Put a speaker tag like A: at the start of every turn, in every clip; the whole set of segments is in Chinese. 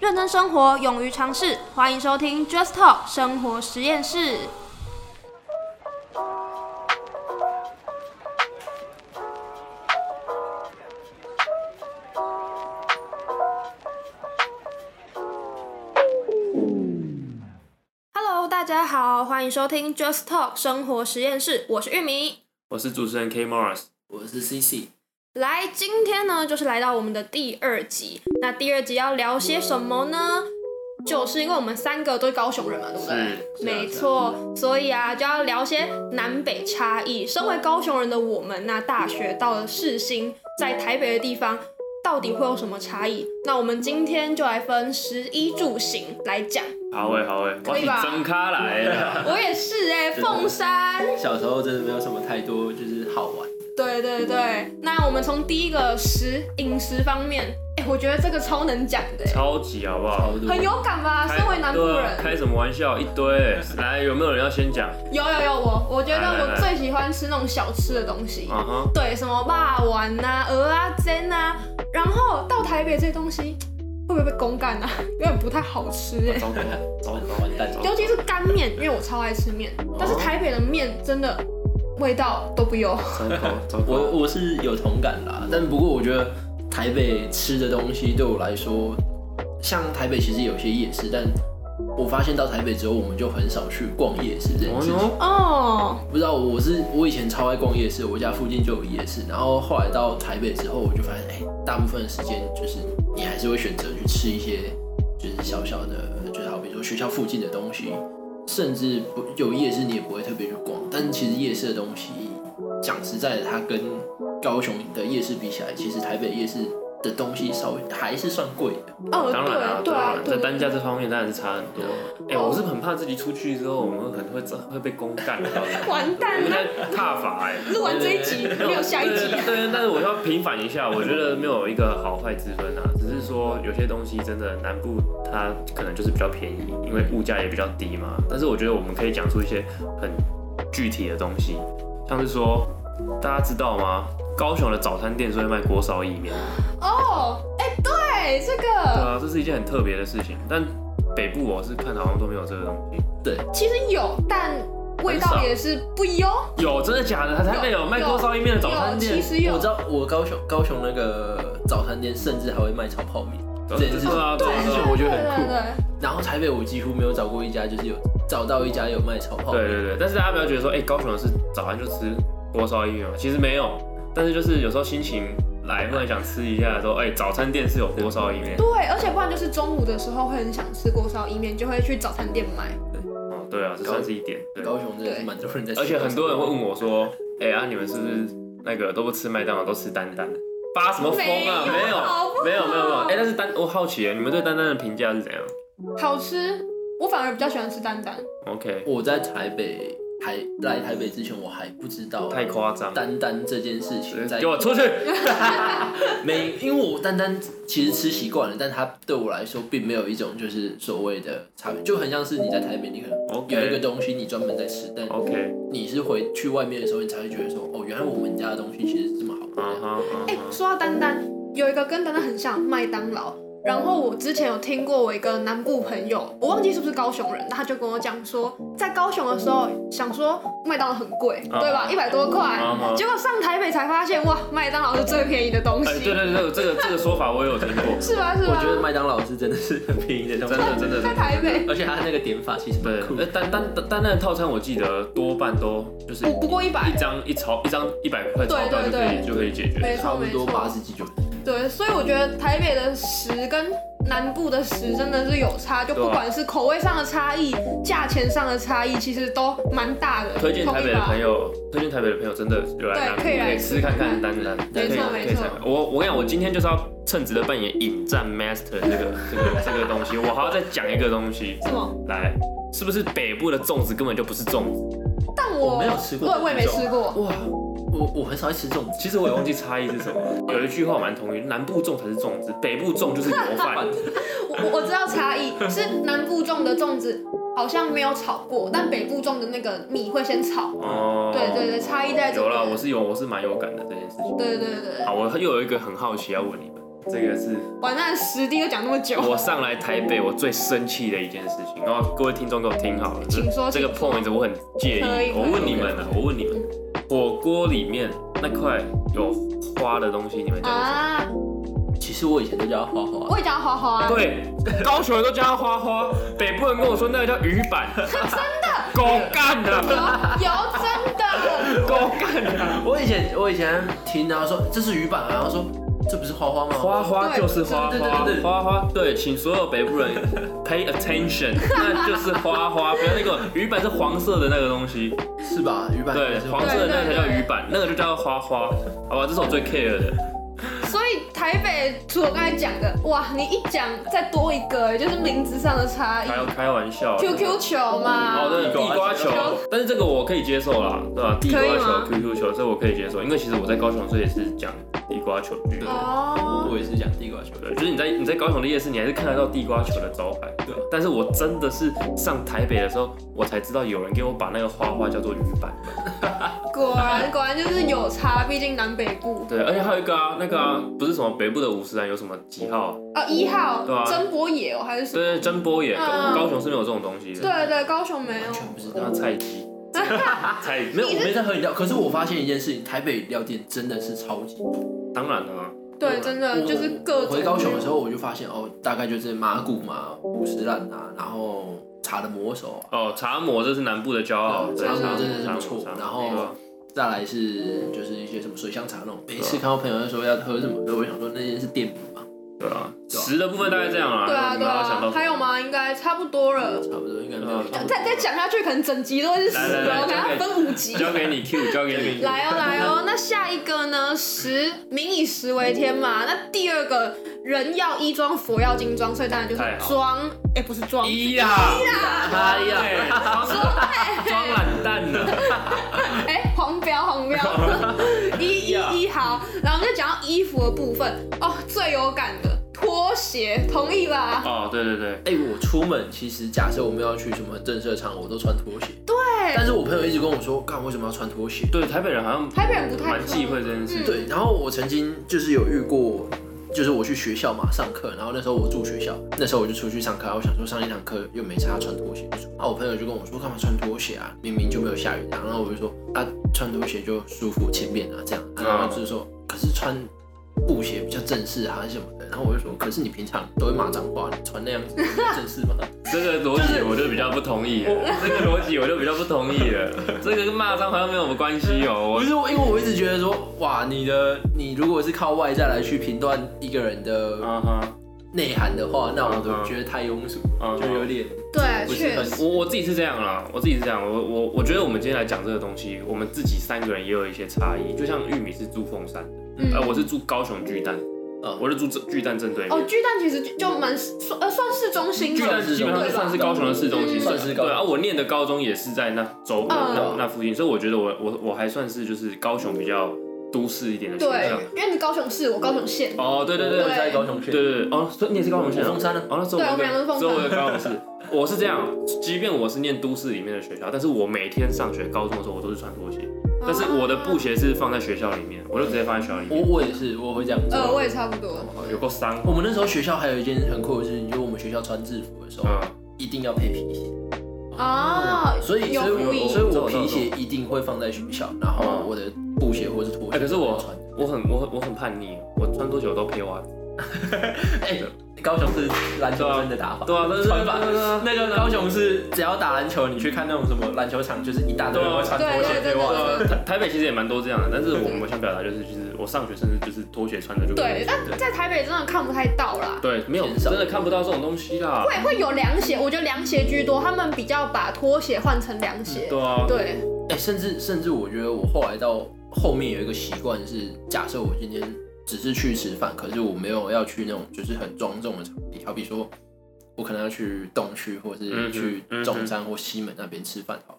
A: 认真生活，勇于尝试，欢迎收听 Just Talk 生活实验室。Hello，大家好，欢迎收听 Just Talk 生活实验室，我是玉米。
B: 我是主持人 K Morris，我是 CC。
A: 来，今天呢，就是来到我们的第二集。那第二集要聊些什么呢？就是因为我们三个都是高雄人嘛，对不对？
B: 是啊
A: 没错，所以啊，就要聊些南北差异。身为高雄人的我们，那大学到了世新，在台北的地方，到底会有什么差异？那我们今天就来分食衣住行来讲。
B: 好诶好诶，我
A: 以
B: 是
A: 吧
B: 真咖欸 来的。
A: 我也是哎、凤山。
C: 小时候真的没有什么太多就是好玩，
A: 对对对，那我们从第一个食饮食方面，哎、我觉得这个超能讲的、哎
B: 超级好不
C: 好
B: 好？
C: 多
A: 很有感吧？
B: 开
A: 身为南部
B: 对啊
A: 人，
B: 开什么玩笑？一堆。欸来，有没有人要先讲？
A: 有有有我，我觉得
B: 来来
A: 我
B: 来
A: 最喜欢吃那种小吃的东西，
B: 啊哈，
A: 对，什么霸丸呐、鹅啊、煎啊，然后到台北这些东西会不会被公干啊？ 有点不太好吃哎、
C: 糟糕，糟糕，完蛋，糟糕
A: 尤其是干面，因为我超爱吃面，
B: 哦
A: 但是台北的面真的味道都不优。
B: 糟糕糟糕。
C: 我我是有同感啦，但不过我觉得台北吃的东西对我来说，像台北其实有些夜市，但我发现到台北之后，我们就很少去逛夜市这件
B: 哦
C: 事情。
B: 哟，
A: 哦，
C: 不知道我是我以前超爱逛夜市，我家附近就有夜市，然后后来到台北之后，我就发现，哎、大部分的时间就是你还是会选择去吃一些就是小小的，就是好比说学校附近的东西，甚至不有夜市你也不会特别去逛，但其实夜市的东西，讲实在的，它跟高雄的夜市比起来，其实台北夜市的东西稍微还是算贵的。
A: 哦，
B: 当然啊，
A: 对对
B: 当
A: 啊
B: 然，，
A: 对
B: 在单价这方面当然是差很多。哎，
A: 哦
B: 我是很怕自己出去之后，我们可能会会被公干，你知道吗？
A: 完蛋
B: 我们
A: 了，
B: 在踏法哎。
A: 录完这一集没有下一集啊
B: 对。对对，但是我要平反一下，我觉得没有一个好坏之分啊，只是说有些东西真的南部它可能就是比较便宜，因为物价也比较低嘛。但是我觉得我们可以讲出一些很具体的东西，像是说，大家知道吗？高雄的早餐店是会卖锅烧意面，
A: 哦，哎，对，这
B: 对
A: 个
B: 啊，这是一件很特别的事情。但北部我是看好像都没有这个东西，
A: 其实有，但味
B: 很
A: 道
B: 少
A: 也是不优。
B: 有真的假的？它台北有卖锅烧意面的早餐
A: 有其，
B: 店
A: 实有
C: 我知道我高雄高雄那个早餐店，甚至还会卖炒泡面。
B: 对
C: 这件事情
B: 啊，对
C: 这件事
B: 啊
C: 情我觉得很酷
A: 对对对
C: 然后台北我几乎没有找过一家，就是有找到一家哦有卖炒泡
B: 对
C: 面。
B: 对对，但是大家不要觉得说，哎、高雄是早餐就吃锅烧意面嘛，其实没有，但是就是有时候心情来，忽然想吃一下的时候，哎、早餐店是有锅烧意面，
A: 对，而且不然就是中午的时候会很想吃锅烧意面，就会去早餐店买。
B: 哦，对啊，这算是一点，对，
C: 高雄真的是蛮多人在吃，
B: 而且很多人会问我说，哎、啊，你们是不是那个都不吃麦当劳，都吃丹丹？发什么疯啊？
A: 没有
B: 没有
A: 好不好，
B: 没有，没有，没有。哎、但是丹，我好奇耶，你们对丹丹的评价是怎样
A: 好吃，我反而比较喜欢吃丹丹。
B: ？OK，
C: 我在台北还来台北之前，我还不知道
B: 太夸张。
C: 丹丹这件事情哦在
B: 给我出去！
C: 没，因为我丹丹其实吃习惯了，但它对我来说并没有一种就是所谓的差
B: 哦
C: 别，就很像是你在台北，你可能有一个
B: OK
C: 东西你专门在吃，但
B: OK，
C: 你是回去外面的时候，你才会觉得说，哦，原来我们家的东西其实是这么好吃
B: 嗯哼
C: 的。
B: 嗯
A: 哎、
B: 哼，
A: 说到丹丹，有一个跟丹丹很像，麦当劳。然后我之前有听过我一个南部朋友，我忘记是不是高雄人，他就跟我讲说，在高雄的时候想说麦当劳很贵，
B: 啊
A: 对吧？一百多
C: 哎
A: 块
B: 啊啊，
A: 结果上台北才发现，哇，麦当劳是最便宜的东
B: 哎，
A: 西，
B: 对对对，这个这个说法我也有听 过，
A: 是吧？是
C: 我觉得
A: 吧？
C: 麦当劳是真的是很便宜的东西，
B: 真的真的真
A: 在
B: 的。
A: 台北
C: 而且它那个点法其实蛮
B: 对
C: 酷，的
B: 那。单单单单的套餐，我记得多半都就是
A: 不不过一百
B: 一，张一钞一张一百块钞票
A: 对
B: 就
A: 对
B: 可以就可以解决。
A: 没
C: 差
A: 错
C: 不
A: 没
C: 多八
A: 错。
C: 十几九十。
A: 对，所以我觉得台北的食跟南部的食真的是有差，就
B: 对啊
A: 不管是口味上的差异、价钱上的差异，其实都蛮大的。
B: 推荐台北的朋
A: 友，
B: 友，推荐台北的朋友真的有来南
A: 对
B: 部
A: 可以来
B: 可以吃看看单单，
A: 没
B: 对可以
A: 错没
B: 可以
A: 错
B: 参考。我我跟你讲，我今天就是要称职的扮演引战 master 这个这个这个东西，我还要再讲一个东西
A: 什么？
B: 来。是不是北部的粽子根本就不是粽子？
A: 但我
C: 我没有吃过
A: 对，我也没吃 过。
B: 哇，
C: 我我很少爱吃这种
B: 其实我也忘记差异是什么了。有一句话我蛮同意，南部粽才是粽子，北部粽就是油 饭。
A: 我我我知道差异是南部种的粽子好像没有炒过，但北部种的那个米会先炒。
B: 哦，
A: 对对对差异在这
B: 有
A: 边
B: 啦，我是有，我是蛮有感的这件事情。
A: 对对对对，
B: 好，我又有一个很好奇要问你们，这个是
A: 完蛋，实地又讲那么久，
B: 我上来台北我最生气的一件事情。然后各位听众给我听好了，
A: 请说
B: 这这个
A: 请说
B: point 我很介
A: 可以可以
B: 意。我问你们啊，我问你们，火锅里面那块有花的东西，你们叫做什么？
A: 啊！
C: 其实我以前都叫它花花，
A: 我也叫花花，啊
B: 对，高雄人都叫它花花，北部人跟我说那个叫鱼 板，真的， 狗干
A: 有
B: 的，
A: 有真的，
B: 狗干啊的，
C: 我以前我以前听然后说这是鱼板啊，然后说这不是花花吗？
B: 花花就是花
C: 对对
B: 花
C: 对对，对
B: 花花，对，请所有北部人 pay attention，那就是花花，不要那个鱼板是黄色的那个东西，
C: 是吧？鱼板
B: 对，黄色的那个才叫鱼板，那个就叫花花，好吧，这是我最 care 的，
A: 所以台北除了刚才讲的，哇，你一讲再多一个，就是名字上的差异
B: 还要开玩笑。
A: ，QQ 球嘛，
B: 哦，对，地瓜球，但是这个我可以接受啦，对吧？地瓜
A: 可以
B: 球
A: 吗、
B: QQ 球，这我可以接受，因为其实我在高雄，所以也是讲地瓜球居多。
A: 哦，
C: 我也是讲地瓜球，
B: 对，就是你在你在高雄的夜市，你还是看得到地瓜球的招牌。
C: 对
B: 但是我真的是上台北的时候，我才知道有人给我把那个花花叫做鱼板。
A: 果然果然就是有差，毕竟南北部。
B: 对，而且还有一个啊，那个啊，不是什么北部的五十岚有什么几号？
A: 啊，一号
B: 对啊
A: 曾博野哦，还是什么？
B: 对，真波野，
A: 嗯
B: 高雄是没有这种东西的。
A: 对对，高雄没有
C: 完。全不知
B: 然
C: 道
B: 后。菜鸡，菜鸡没有
C: 我没在喝饮料，可是我发现一件事情，台北饮料店真的是超级多。
B: 当然了、啊，
A: 对，真的
C: 我
A: 嗯就是各种。
C: 我回高雄的时候，我就发现哦，大概就是麻古嘛、五十兰啊，然后茶的魔手啊，
B: 哦，茶魔这是南部的骄傲，
C: 对
B: 对
A: 茶魔
B: 茶
A: 真的是
B: 茶
C: 不错
B: 茶魔
C: 然后
B: 对啊吧
C: 再来是就是一些什么水香茶那
A: 啊
C: 种。每次看到朋友在说要喝什么，我就想说那些是店名嘛，
B: 对啊，
C: 对啊
B: 食的部分大概这样啊。
A: 对啊
B: 你
A: 对
B: 们要想
A: 啊
B: 到，
A: 还有吗？应该差不多了。
C: 差不多应该没有
B: 嗯。
A: 啊再再讲下去，可能整集都是死
B: 来来来
A: 哦，可能要分五集。
B: 交给你 Q，交给你。
A: 来哦来哦，那下一个呢？食民以食为天嘛。那第二个人要衣装，佛要金装，所以当然就是
B: 太好
A: 装，哎，不是装，
B: 一呀，哎
A: 啊
B: 呀，装懒蛋呢。
A: 哎，黄标黄标，一一一好，然后我们就讲到衣服的部分哦，最有感的拖鞋，同意吧？
B: 哦，对对对，
C: 哎、我出门其实假设我们要去什么震慑场，我都穿拖鞋。
A: 对，
C: 但是我朋友一直跟我说，干为什么要穿拖鞋？
B: 对台北人好像
A: 台北人不太嗯
B: 蛮忌讳这件事。
C: 对，然后我曾经就是有遇过，就是我去学校嘛上课，然后那时候我住学校，那时候我就出去上课，然后我想说上一堂课又没差穿拖鞋，就说啊我朋友就跟我说干嘛穿拖鞋啊，明明就没有下雨这样，然后我就说啊穿拖鞋就舒服轻便啊这样，然后他就是说可是穿布鞋比较正式啊什么的，然后我就说可是你平常都会骂脏话，你穿那样子不正式吗？
B: 这个逻辑我就比较不同意了，这个逻辑我就比较不同意了，这个跟骂脏好像没有什么关系哦。
C: 不
B: 我
C: 是，我因为我一直觉得说，哇，你的你如果是靠外在来去评断一个人的
B: 嗯哼，
C: 内涵的话，那我
B: 嗯
C: 都觉得太庸俗，
B: 嗯
C: 就有点
A: 对，
C: 不
A: 确
C: 是
A: 实
C: 很。
B: 我我自己是这样啦，我自己是这样，我我我觉得我们今天来讲这个东西，我们自己三个人也有一些差异，就像玉米是住凤山，
A: 嗯
B: 呃，我是住高雄巨蛋，呃，我是住这巨蛋正对
A: 哦，
B: 面。
A: 巨蛋其实就就蛮算呃算市中心
B: 巨蛋
A: 了，
C: 是
B: 基本上就算是高雄的市中心，
A: 嗯
C: 算是高
B: 对啊。我念的高中也是在那周那
A: 嗯
B: 那附近，所以我觉得我我我还算是就是高雄比较都市一点的形
A: 对
B: 象。，
A: 因为你高雄市，我高雄县，
B: 哦，对对对，
A: 对
C: 在高雄县，
B: 对对对，哦，所以你也是高雄县、啊？
C: 我凤山啊
B: 哦，那时候
A: 对我们
B: 跟
A: 两个是凤山
B: 所以我跟高雄市。我是这样，即便我是念都市里面的学校，但是我每天上学，高中的时候我都是穿拖鞋，
A: 嗯
B: 但是我的布鞋是放在学校里面，我就直接放在学校里面，
C: 我我也是，我会这样
A: 呃，我
C: 做。
A: 也差不多。
B: 有够伤。
C: 我们那时候学校还有一件很酷的事情，就是我们学校穿制服的时候
B: 嗯，
C: 一定要配皮鞋，
A: 哦，
C: 所以
A: 有
C: 所以
A: 福
C: 我
A: 音
C: 所以我皮鞋一定会放在学校，然后我的布鞋或是拖
B: 哎、
C: 鞋。
B: 可是我
C: 穿，
B: 我很我很我很叛逆，我穿多久都配袜子。
C: 哎，高雄是篮球真的打法，
B: 对啊，但是
C: 穿法
B: 那
C: 那个高雄是只要打篮球，你去看那种什么篮球场，就是一大堆人会穿拖
B: 啊
A: 对对
C: 鞋
A: 对
C: 配袜子。
A: 对对
B: 台 台北其实也蛮多这样的，但是我我想表达就是，其实我上学甚至就是拖鞋穿着就可以
A: 对，但在台北真的看不太到啦，
B: 对，没有
C: 减少
B: 真的看不到这种东西啦。
A: 会会有凉鞋，我觉得凉鞋居多，他们比较把拖鞋换成凉鞋。
B: 对啊，
A: 对，
C: 哎、甚至甚至我觉得我后来到后面有一个习惯是，假设我今天只是去吃饭，可是我没有要去那种就是很庄重的场地，好比说我可能要去东区或是去
B: 嗯哼
C: 中山或西门那边吃饭好了。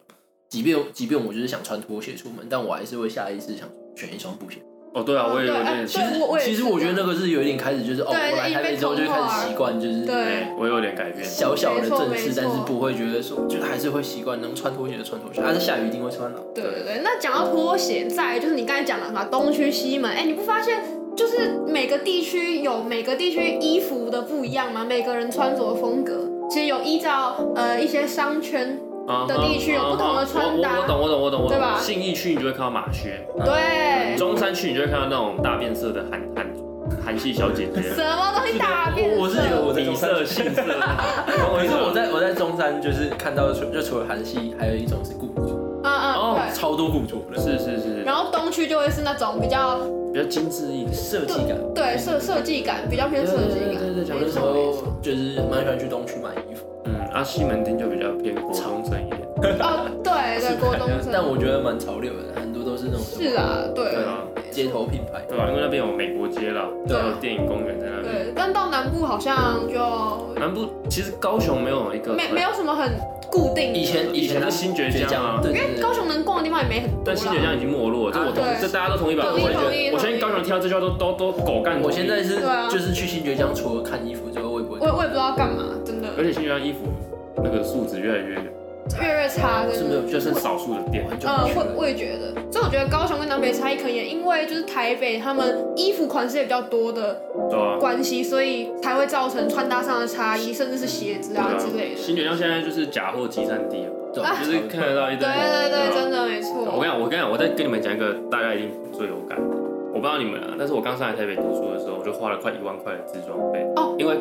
C: 即便即便我就是想穿拖鞋出门，但我还是会下意识想选一双布鞋。
B: 哦对啊，我也有
A: 对哎
B: 点
A: 对我我也
C: 其
A: 是
C: 实我觉得
A: 这样
C: 那个是有一点开始就是哦，我
A: 对
C: 来台北之后就开始习惯就是
A: 对
B: 哎对，我有点改变。
C: 小小的正
A: 没错没
C: 式
A: 错，
C: 但是不会觉得说，就是还是会习惯能穿拖鞋就穿拖鞋，但是下雨一定会穿啊。
A: 对对对，那讲到拖鞋，再来就是你刚才讲的什么东区西门，哎、你不发现就是每个地区有每个地区衣服的不一样嘛，每个人穿着风格，其实有依照呃一些商圈，
B: 啊
A: 的地区有不同的穿搭
B: 我我我懂，我懂，我懂，我
A: 对吧
B: 懂。信义区你就会看到马靴，
A: 对，
B: 中山区你就会看到那种大变色的韩韩韩系小姐姐，
A: 什么东西大变色？
C: 我我是觉得我在
B: 米
C: 中山
B: 色、杏色。
C: 可
B: 可
C: 是我在我在中山就是看到除就除了韩系，还有一种是雇主，
A: 嗯嗯
B: 哦
A: 对。
C: 超多雇主的
B: 是是是，
A: 然后东区就会是那种比较
B: 比较精致一点。
C: 设计感。
A: 对设设计感，比较偏设计感。
B: 对对对对讲得
A: 没
C: 那时
A: 错没错
C: 候就是蛮喜欢去东区买衣服，
B: 嗯，啊，西门町就比较偏国中生一点。
A: 哦，对对，国中生。
C: 但我觉得蛮潮流的，很多都是那种
A: 是啊，对
B: 对啊，
C: 街头品牌。啊
B: 对吧？啊因为那边有美国街啦，
A: 对啊
B: 有电影公园在那边。
A: 对，但到南部好像就
B: 南部其实高雄没有一个
A: 没没有什么很固定的。
C: 以前
B: 以前的新爵江啊
C: 对
A: 因为
C: 对
A: 高
C: 对，
A: 雄能逛的地方也没很多
B: 但
A: 啦。
B: 新爵江已经没落了，这我同
A: 啊对
B: 这大家都同意吧？
A: 同
B: 我
A: 意
B: 也觉
A: 同意
B: 得，我相信
A: 同
B: 高
A: 意
B: 雄听到这句话都都都狗干。
C: 我现在，是
A: 对啊
C: 就是去新爵江，除了看衣服之外，我也不
A: 我
C: 会
A: 也我也不知道干嘛，真的
B: 而且新爵江衣服那个素质越来越，
A: 越来越差，
C: 是
A: 真
C: 没
A: 的。
C: 有，就
B: 就是剩少数的店
C: 我。很久
A: 嗯，
C: 没去
A: 我
C: 了。
A: 我也觉得，所以我觉得高雄跟南北差异可能也因为就是台北他们衣服款式也比较多的
B: 对啊，
A: 关系，所以才会造成穿搭上的差异，甚至是鞋子啊之类的。
B: 新爵江现在就是假货集散地啊，
C: 对
A: 啊
B: 就是看得到一
A: 对
B: 堆。
A: 对对，
B: 啊
A: 真的没
B: 我跟
A: 错。
B: 你讲，我跟你讲，我再跟你们讲一个大家一定最有感。我不知道你们啊，但是我刚上来台北读书的时候，我就花了快一万块的自装费。
A: 哦
B: 因为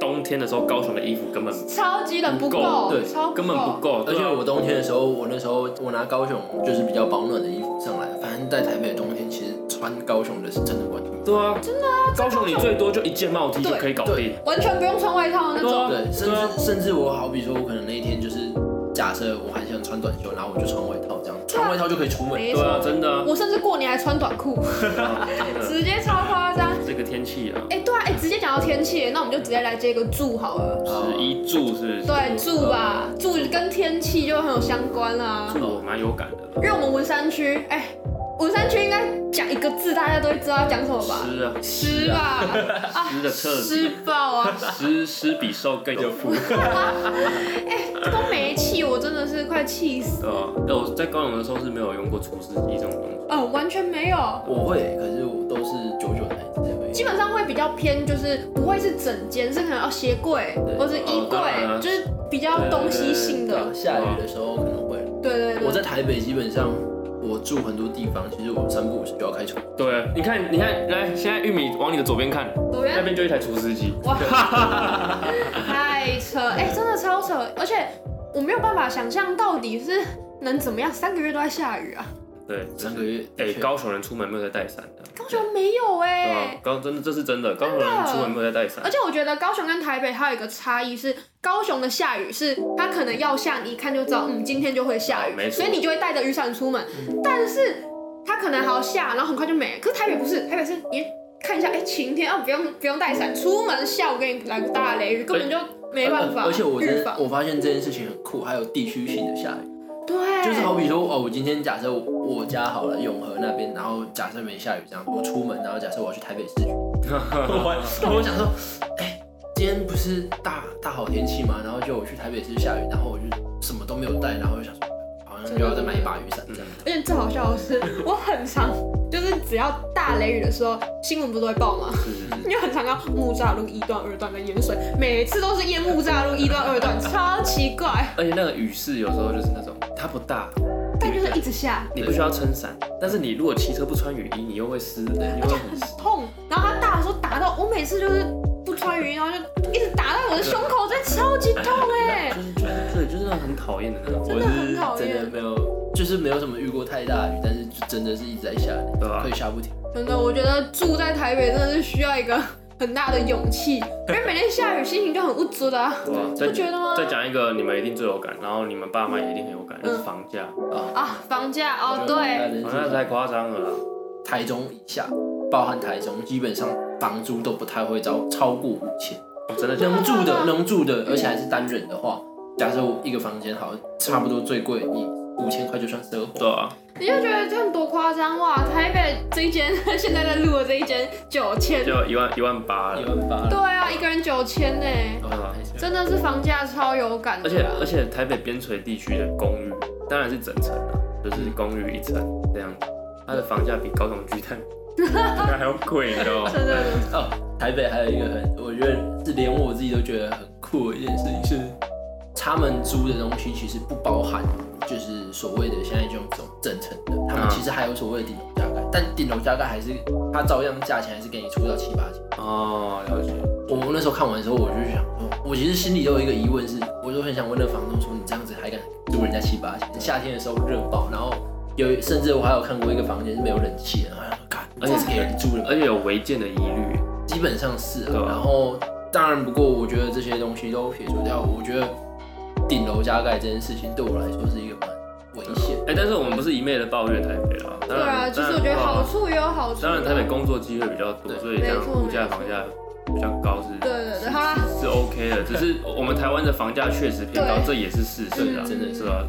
B: 冬天的时候，高雄的衣服根本
A: 超级冷不
B: 不够
A: 够，
C: 对
A: 超
B: 根本不
A: 够。
B: 够，对
C: 而且
B: 啊
C: 我冬天的时候，我那时候我拿高雄就是比较保暖的衣服上来，反正在台北的冬天，其实穿高雄的是真的完全
B: 对啊，真的啊，高雄你最多就一件帽 T 就
A: 对
B: 可以搞定。
A: 完全不用穿外套的那
B: 对
A: 种。
B: 啊
C: 对，甚
B: 对啊
C: 至甚至我好比说，我可能那一天就是假设我很想穿短袖，然后我就穿外套，这样穿外套就可以出门。
A: 没
B: 对
A: 错，
B: 啊，真的啊，
A: 我甚至过年还穿短裤，
B: 真的
A: 直接超夸张。
B: 这个天气啊，
A: 哎、对啊，哎、直接讲到天气了，那我们就直接来接个住好了。
B: 十一住是不是
A: 对，住吧，住跟天气就很有相关啦、
B: 住哦我蛮有感的，
A: 因为我们文山区，哎、文山区应该讲一个字，大家都会知道要讲什么吧？
B: 湿啊，
A: 湿吧，啊，
B: 湿的彻
A: 湿
B: 底，
A: 爆啊！
B: 湿湿比瘦更有福。
A: 都没气，我真的是快气死。
B: 对啊，但我在高雄的时候是没有用过除湿机这种东西。
A: 哦，完全没有，
C: 我会，可是我都是久久才一
A: 基
C: 次
A: 本上会比较偏，就是不会是整间，是可能要鞋柜或者衣柜
B: 哦当然，啊
A: 就是比较东西性
C: 而
A: 的
C: 已。。下雨的时候可能会。
A: 对对对。
C: 我在台北基本上，我住很多地方，其实我三不五时就要开除。
B: 对，啊你看，你看，来，现在玉米往你的左边看，
A: 左
B: 那
A: 边
B: 边就一台除湿机。
A: 哇， 太扯！哎、真的超扯，而且我没有办法想象到底是能怎么样，三个月都在下雨啊！
B: 对，
C: 三个月，
B: 哎、高雄人出门没有在带伞的，
A: 高雄没有哎、
B: 对啊吧？高真的这是真的，高雄人出门没有在带伞
A: 而。且我觉得高雄跟台北还有一个差异是，高雄的下雨是它可能要下，你一看就知道，嗯，今天就会下
B: 哦没
A: 雨，
B: 错
A: 所以你就会带着雨伞出门。但是它可能还要下，然后很快就没了。可是台北不是，台北是你看一下，哎、晴天啊，不用不用带伞，出门下午给你来个大雷雨，根本就没办法
C: 而且我
A: 预
C: 真
A: 防。
C: 我发现这件事情很酷，还有地区性的下雨。
A: 对，
C: 就是好比说，哦，我今天假设我家好了，永和那边，然后假设没下雨这样，我出门，然后假设我要去台北市区，我我想说，哎、今天不是大大好天气嘛，然后就我去台北市下雨，然后我就什么都没有带，然后我就想说，好像就要再买一把雨伞这样。
A: 而且最好笑的是，我很常就是只要大雷雨的时候，新闻不是都会报吗？
B: 是是是
A: 因为很常要木栅路一段、二段跟盐水，每次都是淹木栅路一段、二段，超奇怪，
B: 而且那个雨势有时候就是那种，它不大，
A: 但就是一直下，
B: 你不需要撑伞，但是你如果骑车不穿雨衣，你又会湿，你又会很湿。
A: 痛。然后它大的时候打到我，每次就是不穿雨衣，然后就一直打到我的胸口，真的超级痛哎、
B: 就是就是对，就是那种很讨厌的那种，
A: 真
C: 我
A: 的很讨
C: 啊是
A: 厌
C: 真的没有，就是没有什么遇过太大的雨，但是就真的是一直在下雨，
B: 对吧
C: 可以下不停。
A: 真的，我觉得住在台北真的是需要一个很大的勇气，因为每天下雨心情就很无助的、啊，
B: 对吧？
A: 不觉
B: 再
A: 得吗？
B: 再讲一个，你们一定最有感，然后你们爸妈也一定很有感，就是
A: 嗯
B: 房价，
A: 啊，房价哦，对。
B: 房价太夸张了啦。
C: 台中以下，包含台中，基本上房租都不太会超超过五千。
B: 哦真的假的？
C: 能住
A: 嗯
C: 的，能住的，而且还是单人的话，假设我一个房间好，差不多最贵你五千块就算奢华。
B: 对啊，
A: 你就觉得这样多夸张哇！台北这一间 现在在录的这一间九千，
B: 就一万一万八了
C: 一。万八，
A: 对啊，一个人九千欸呢，
C: 对吧？
A: 真的是房价超有感的
B: 而且
A: 啦。
B: 而且台北边陲地区的公寓，啊 当然是整层啦，就是公寓一层这样子，它的房价比高雄巨蛋还要贵，你知道吗？
A: 真的
C: 哦，台北还有一个很，我觉得是连我自己都觉得很酷的一件事情是，他们租的东西其实不包含就是所谓的现在这种这种正层的，他们
B: 嗯
C: 其实还有所谓的顶楼加盖，但顶楼加盖还是它照样价钱还是给你出到七八千。
B: 哦，了解。
C: 我我那时候看完的时候，我就想说，我其实心里都有一个疑问是，我就很想问那房东说，你这样子还敢租人家七八千？夏天的时候热爆，然后有甚至我还有看过一个房间是没有冷气的，然后我想说干，而且是给人租的吗，
B: 而且有违建的疑虑，
C: 基本上是、
B: 对
C: 啊
B: 啊。
C: 然后当然，不过我觉得这些东西都撇除掉，我觉得顶楼加盖这件事情对我来说是一个蛮危险。
B: 哎、但是我们不是一昧的抱怨台北啦，当
A: 对啊，
B: 然，
A: 其
B: 当
A: 实
B: 然
A: 我觉得
B: 的话
A: 好处也有好处。啊
B: 当然台北工作机会比较多，
C: 对
B: 所以这样
A: 没错
B: 物价
A: 没错
B: 房价比较高是，
A: 对对对
B: 是
A: 好啦
B: 是是 OK 的，只是我们台湾的房价确实偏高，
A: 对
B: 这也是事实啊，
A: 嗯
B: 真的是吧？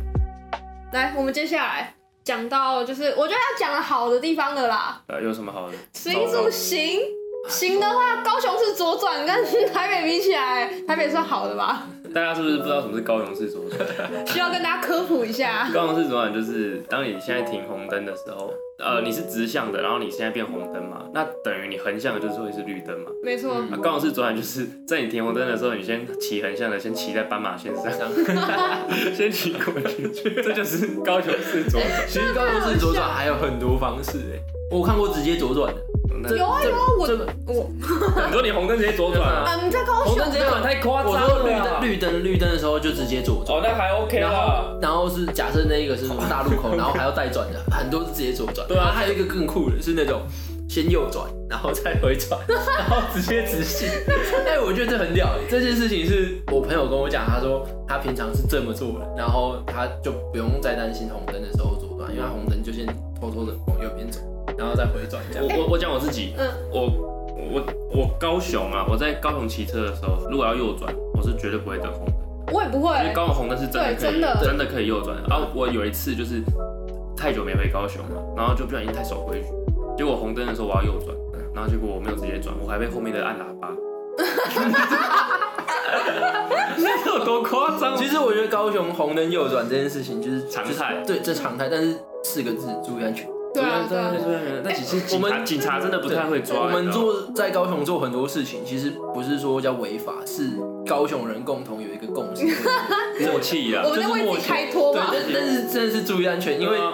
A: 来，我们接下来讲到就是，我觉得要讲好的地方了啦。
B: 呃，有什么好的？
A: 食衣住行，行的话，高雄是左转，跟台北比起来，台北算好的吧？
B: 大家是不是不知道什么是高雄市左转？
A: 需要跟大家科普一下。
B: 高雄市左转就是当你现在停红灯的时候，呃，你是直向的，然后你现在变红灯嘛，那等于你横向的就是会是绿灯嘛。
A: 没错，
C: 嗯
B: 啊，刚好是左转，就是在你停红灯的时候，你先骑横向的，先骑在斑 马线上，先骑过去，这就是高雄市左转。
C: 其实高雄市左转还有很多方式哎、我看过直接左转的，
B: 那
C: 这
A: 有啊
C: 这
A: 有啊，我
C: 这
A: 我
B: 你说你红灯直接左转 啊？
A: 嗯，在高
B: 红
A: 雄
B: 灯直接转太夸张
C: 我说绿
B: 了
C: 灯。绿灯绿灯的时候就直接左转。
B: 哦，那还 OK
C: 然
B: 啦
C: 后，。然后是假设那一个是什么大路 口，然后还要带转的，很多是直接左转。
B: 对啊
C: 然后还有一个更酷的是那种先右转，然后再 回转，然后直接直行。哎，我觉得这很屌耶。这件事情是我朋友跟我讲，他说他平常是这么做的，然后他就不用再担心红灯的时候左
B: 嗯
C: 转，因为他红灯就先偷偷的往右边走，然后再回转这样。
B: 我我我讲我自己，
A: 嗯
B: 我我我高雄啊，我在高雄骑车的时候，如果要右转，我是绝对不会等红灯。
A: 我也不
B: 因为
A: 会。
B: 高雄红灯是真的可以
A: 对真的
B: 真的可以右转。然后我有一次就是 太久没回高雄了，然后就不小心太守规矩，结果红灯的时候我要右转，然后结果我没有直接转，我还被后面的按喇叭。那有多夸张？啊
C: 其实我觉得高雄红灯右转这件事情就是
B: 常态
C: 就是对，这常态，但是四个字注意安全。
A: 对啊对啊，
B: 但其实
C: 我
B: 警察
C: 们
B: 警察真的不太会抓。
C: 我们
B: 你知道吗
C: 做在高雄做很多事情，其实不是说叫违法，是高雄人共同有一个共识。
B: 默契啊
A: 我，们在
C: 就是
A: 为
C: 默
A: 自己
C: 契
A: 开脱
C: 对，
A: 嘛。
C: 但但是真的是注意安全，因为
B: 对啊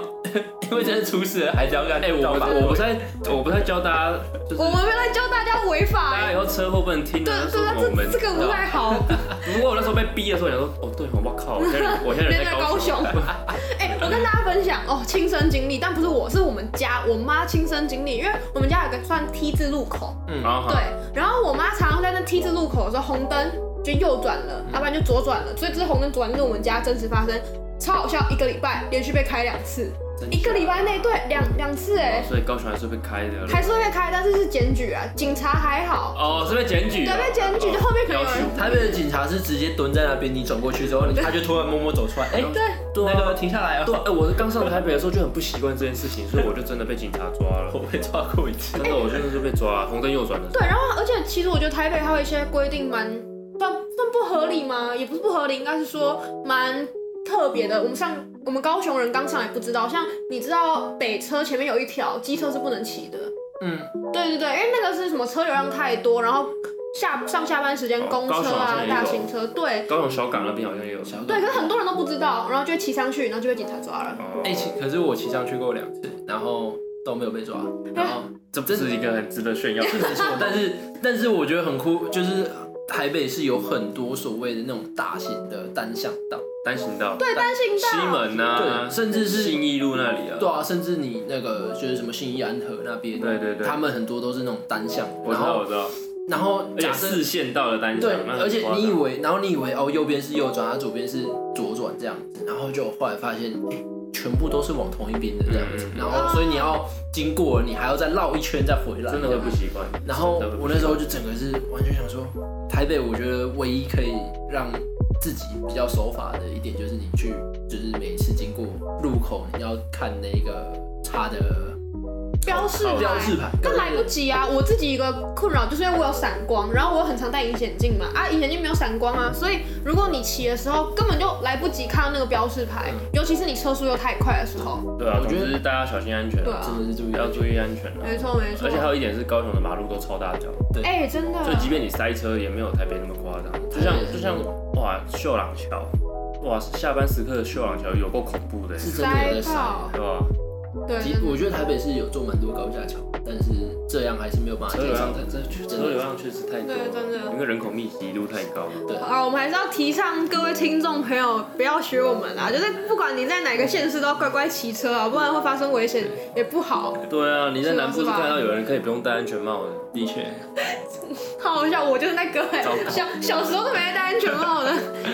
C: 因为真的出事了还是要干。
B: 哎，我
C: 干嘛
B: 我不太我不太教大家，就是
A: 我们没有在教大家违法
B: 大家以
A: 欸。
B: 后车祸不能听
A: 对
B: 啊，
A: 对
B: 说什
A: 啊，
B: 么我们
A: 这这个不太好。
B: 不过我那时候被逼的时候，想说，哦，对，我靠，我 现在我现在
A: 人
B: 人
A: 在
B: 在
A: 高
B: 高
A: 雄
B: 雄，
A: 哎、我跟大家分享哦，亲身经历，但不是我，是我们家我妈亲身经历，因为我们家有个算 T 字路口，
B: 然后
A: 对，然后我妈常常在那 T 字路口的时候，红灯就右转了，
B: 嗯
A: 要不然就左转了，所以这红灯左转是我们家真实发生，超好笑，一个礼拜连续被开两次，一个礼拜内对两两次哎、
B: 所以高雄还是被开哦的。
A: 还是会被开，但是是检举啊，警察还好，
B: 哦，是被检举
A: 对
B: 的。，
A: 被检举就后面可能有
B: 要
A: 人
B: 求
C: 台北的警察是直接蹲在那边，你转过去之后，他就突然默默走出来，哎，
A: 对。
B: 对
C: 那个
B: 啊，
C: 停下来
B: 对
C: 哦。
B: 啊，哎，我刚上台北的时候就很不习惯这件事情，所以我就真的被警察抓了
C: 我。被抓过一次
B: 真，的，我真的是被抓了，红灯右转的时候。
A: 对，然后而且其实我觉得台北还有一些规定蛮算算不合理吗？也不是不合理，应该是说蛮特别的。我们上我们高雄人刚上来不知道，像你知道北车前面有一条机车是不能骑的，
C: 嗯，
A: 对对对，因为那个是什么车流量太多，然后下上下班时间
B: 哦
A: 公
B: 高
A: 车
B: 雄好
A: 啊
B: 像、也有
A: 大型车，对
B: 高雄小港那边好像也有。
C: 小狗
A: 对，可是很多人都不知道，然后就会骑上去，然后就被警察抓了。
B: 哦
C: 哎，其可是我骑上去过两次，然后都没有被抓，然后。
B: 这不是一个很值得炫耀的事情。
C: 但是但是我觉得很酷，就是台北是有很多所谓的那种大型的单向道，
B: 单行道，
A: 对，单行
B: 西
A: 道，
B: 门啊，
C: 对甚至是
B: 信义路那里啊。
C: 对啊，甚至你那个就是什么信义安和那边，
B: 对对对
C: 他们很多都是那种单向，
B: 我
C: 然
B: 知道，
C: 后
B: 我知道。
C: 然后
B: 而
C: 假
B: 且
C: 设
B: 四线道的单行，
C: 对
B: 那，很
C: 而且
B: 夸张
C: 你以为，然后你以为哦右边是右转，啊左边是左转这样子，然后就后来发现，哎、全部都是往同一边的这样子
B: 嗯，嗯
C: 然后所以你要经过了，你还要再绕一圈再回来，
B: 真的会不习惯。
C: 然后
B: 真的会不
C: 我
B: 习惯
C: 那时候就整个是完全想说，台北我觉得唯一可以让自己比较守法的一点就是你去，就是每一次经过路口你要看那个插的
A: 标示牌，
C: 标志牌
A: 但来不及啊！我自己一个困扰就是因为我有散光，然后我很常戴隐形镜嘛，啊，隐形镜没有散光啊，所以如果你骑的时候根本就来不及看到那个标示牌，尤其是你车速又太快的时候，
B: 对啊，
C: 我
B: 总
C: 觉得
B: 之大家小心安全
A: 对
B: 啊，
A: 啊，
C: 真的是注意
B: 要注意安全啊。
A: 没错没错
B: 而且。还有一点是，高雄的马路都超大条，
A: 哎、真的，
B: 所以即便你塞车也没有台北那么夸张。就像就像哇，秀朗桥，哇，下班时刻的秀朗桥有够恐怖的，欸
C: 是真的有在
A: 塞
C: 塞
A: 爆。
B: 对吧？
A: 对，
C: 其
A: 真的
C: 我觉得台北是有做蛮多高架桥，但是这样还是没有办法
B: 车
C: 减
B: 流
C: 少
B: 量
C: 的，这真
B: 车流
C: 的
B: 量确实太多
A: 对真
B: 了
A: 的，
B: 因为人口密集度太高了。
C: 对。
A: 啊，我们还是要提倡各位听众朋友不要学我们啦，就是不管你在哪个县市都要乖乖骑车啊，不然会发生危险也不好。
B: 对啊，你在南部
A: 是
B: 是
A: 吧
B: 看到有人可以不用戴安全帽的，
C: 的确，
A: 好好笑，我就是那个、欸
B: 糟糕，
A: 小小时候都没戴安全帽 的，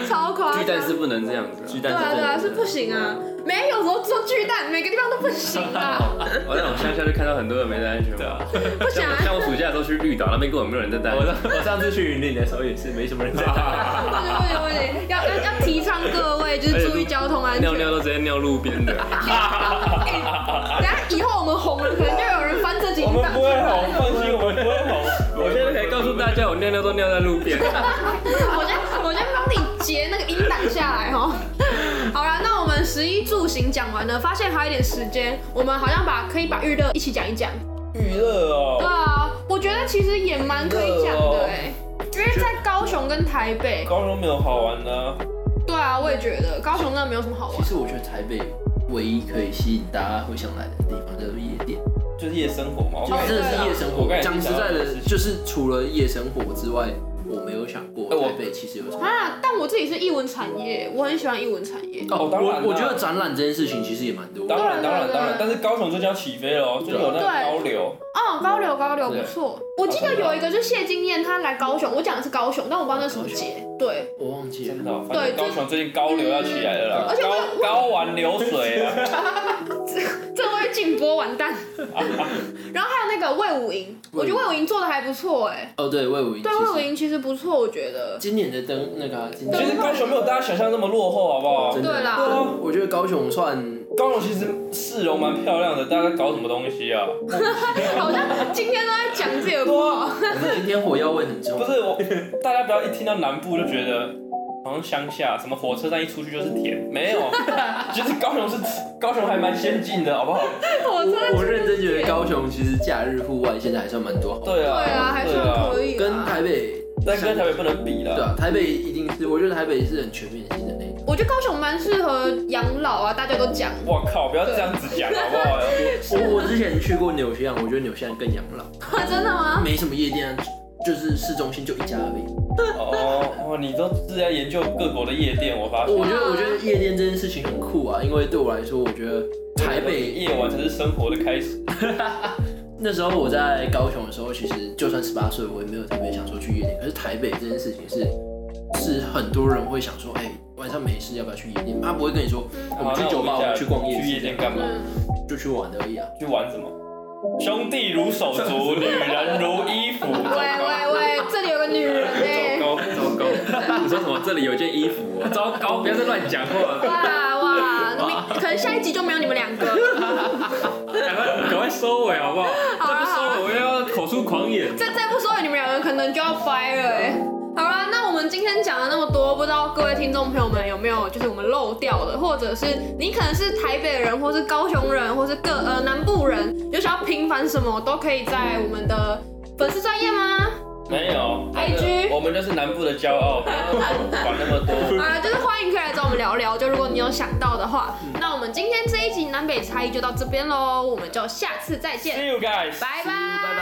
A: 超夸
B: 巨
A: 张。
B: 蛋是不能这样子啊。
C: 巨
A: 对
C: 蛋
A: 啊
C: 是
A: 对
C: 真
A: 啊，
C: 的
A: 是不行啊，没有时候做巨蛋，每个地方都不行 啊，
B: 哦我在我乡下就看到很多人没戴安全
D: 对
B: 帽
D: 啊。
A: 不行
B: 像
A: 啊
B: 我，像我暑假的时候去绿岛那边根本没有人在戴安
D: 我
B: 全
D: 上
B: 帽。
D: 我上次去云林的时候也是没什么人在打，
A: 不行不行不行，要要要提倡各位就是注意交通安全
B: 尿。尿都直接尿路边的，
A: 哎等下以后我们红了，可能就有人翻这几
D: 我们
A: 档
D: 不。会
B: 啊
D: 红，放心，我们不会红。
B: 我现在可以告诉大家，我尿尿都尿在路边。
A: 我先我先帮你截那个音档下来 哦。好了，那我们十一住行讲完了，发现还有一点时间，我们好像把可以把娱乐一起讲一讲。
D: 娱乐
A: 对
D: 哦，
A: 啊，我觉得其实也蛮可以讲的哎、
C: 哦
A: 因为在高雄跟台北，
D: 高中没有好玩的啊，
A: 对啊，我也觉得高雄那没有什么好玩
C: 其。实我觉得台北唯一可以吸引大家会想来的地方叫做夜店，
D: 就是夜生活嘛。我
C: 就
D: 看
C: 真的是夜生
D: 哦
C: 活
D: 啊我刚。才
C: 讲实在
D: 想到的，
C: 的
D: 是
C: 就是除了夜生活之外，我没有想过
D: 哎我
C: 台北其实有什么。
A: 啊，但我自己是艺文产业，我很喜欢艺文产业。
D: 哦当然啦
C: 我我觉得展览这件事情其实也蛮多的。
D: 当然
A: 对
D: 当
A: 啊
D: 然
A: 对啊
D: 当然，但是高雄最近要起飞了哦，最近有那个高流，
A: 哦，高流高流不错，我记得有一个就是谢金燕，她来高雄，我讲的是高雄，但我不知道那是什么节。对，
C: 我忘记了
D: 真。的哦，反正
A: 对
D: 高雄最近高流要起来
B: 嗯
D: 了啦
A: 而，且我
D: 高高玩流水 啊，
A: 这会禁播完 蛋。然后还有那个魏武营，我觉得魏武营做的还不错哎。
C: 哦，对，魏武营。
A: 对，魏武营其实不错，我觉得。
C: 今年的灯那个啊，今
D: 其
C: 年
D: 实高雄没有大家想象那么落后，好不好
C: 真？的
A: 对啦
C: 对啊我觉得高雄算
D: 高雄其实市容蛮漂亮的，大家在搞什么东西啊？
A: 好像今天都在讲自己的不好。
C: 今天火药味 很重
D: 不。是我，大家不要一听到南部就觉得好像乡下，什么火车站一出去就是田，没 有，其实高雄是高雄还蛮先进的，好不好？
A: 我真的
C: 我认真觉得高雄其实假日户外现在还算蛮多好，
D: 对
A: 对
D: 啊，
A: 啊，还
D: 对
A: 算
D: 啊，
A: 可以啦。
C: 跟台北
D: 但跟台北不能比
C: 对
D: 啦。
C: 啊，台北一定是，我觉得台北是很全面性的那种。
A: 我觉得高雄蛮适合养老啊，大家都讲。
D: 我靠，不要这样子讲好不好？
C: 我我之前去过纽西兰，我觉得纽西兰更养老，
A: 啊， 真的吗？
C: 没什么夜店啊，就是市中心就一家而已。
D: 哦，哇，你都是在研究各国的夜店，我
B: 啊
D: 发现
C: 我觉得我觉得夜店这件事情很酷啊，因为对我来说，我觉得台北
D: 夜晚才是生活的开始。
C: 那时候我在高雄的时候，其实就算十八岁，我也没有特别想说去夜店。可是台北这件事情是，是很多人会想说，哎、晚上没事要不要去夜店？他不会跟你说，我们
D: 好
C: 去
D: 那
C: 酒
D: 问
C: 吧，我
D: 一下
C: 们去逛夜
D: 去夜店
C: 店，
D: 干嘛？
A: 嗯，
C: 就去玩而已啊。
D: 去玩什么？兄弟如手足，女人如衣服。
A: 喂喂喂，这里有个女人哎、
B: 糟糕糟糕！你说什么？这里有一件衣服哦，糟糕！不要再乱讲话了，
A: 哇哇，那明可能下一集就没有你们两个了。
B: 赶快赶快收尾好不好？
A: 好
B: 再
A: 啊
B: 不收尾，我又要口出狂言。
A: 再再不说，你们两个可能就要掰了哎、好啦，那我们今天讲了那么多，不知道各位听众朋友们有没有就是我们漏掉的，或者是你可能是台北人，或是高雄人，或是各呃南部人，有想要平反什么，都可以在我们的粉丝专业吗？
D: 没有
A: IG
D: 我们就是南部的骄傲， 不要管那么多。
A: 啊，就是欢迎可以来找我们聊聊，就如果你有想到的话，那我们今天这一集南北差异就到这边喽，我们就下次再见，
D: See you guys，
A: 拜拜。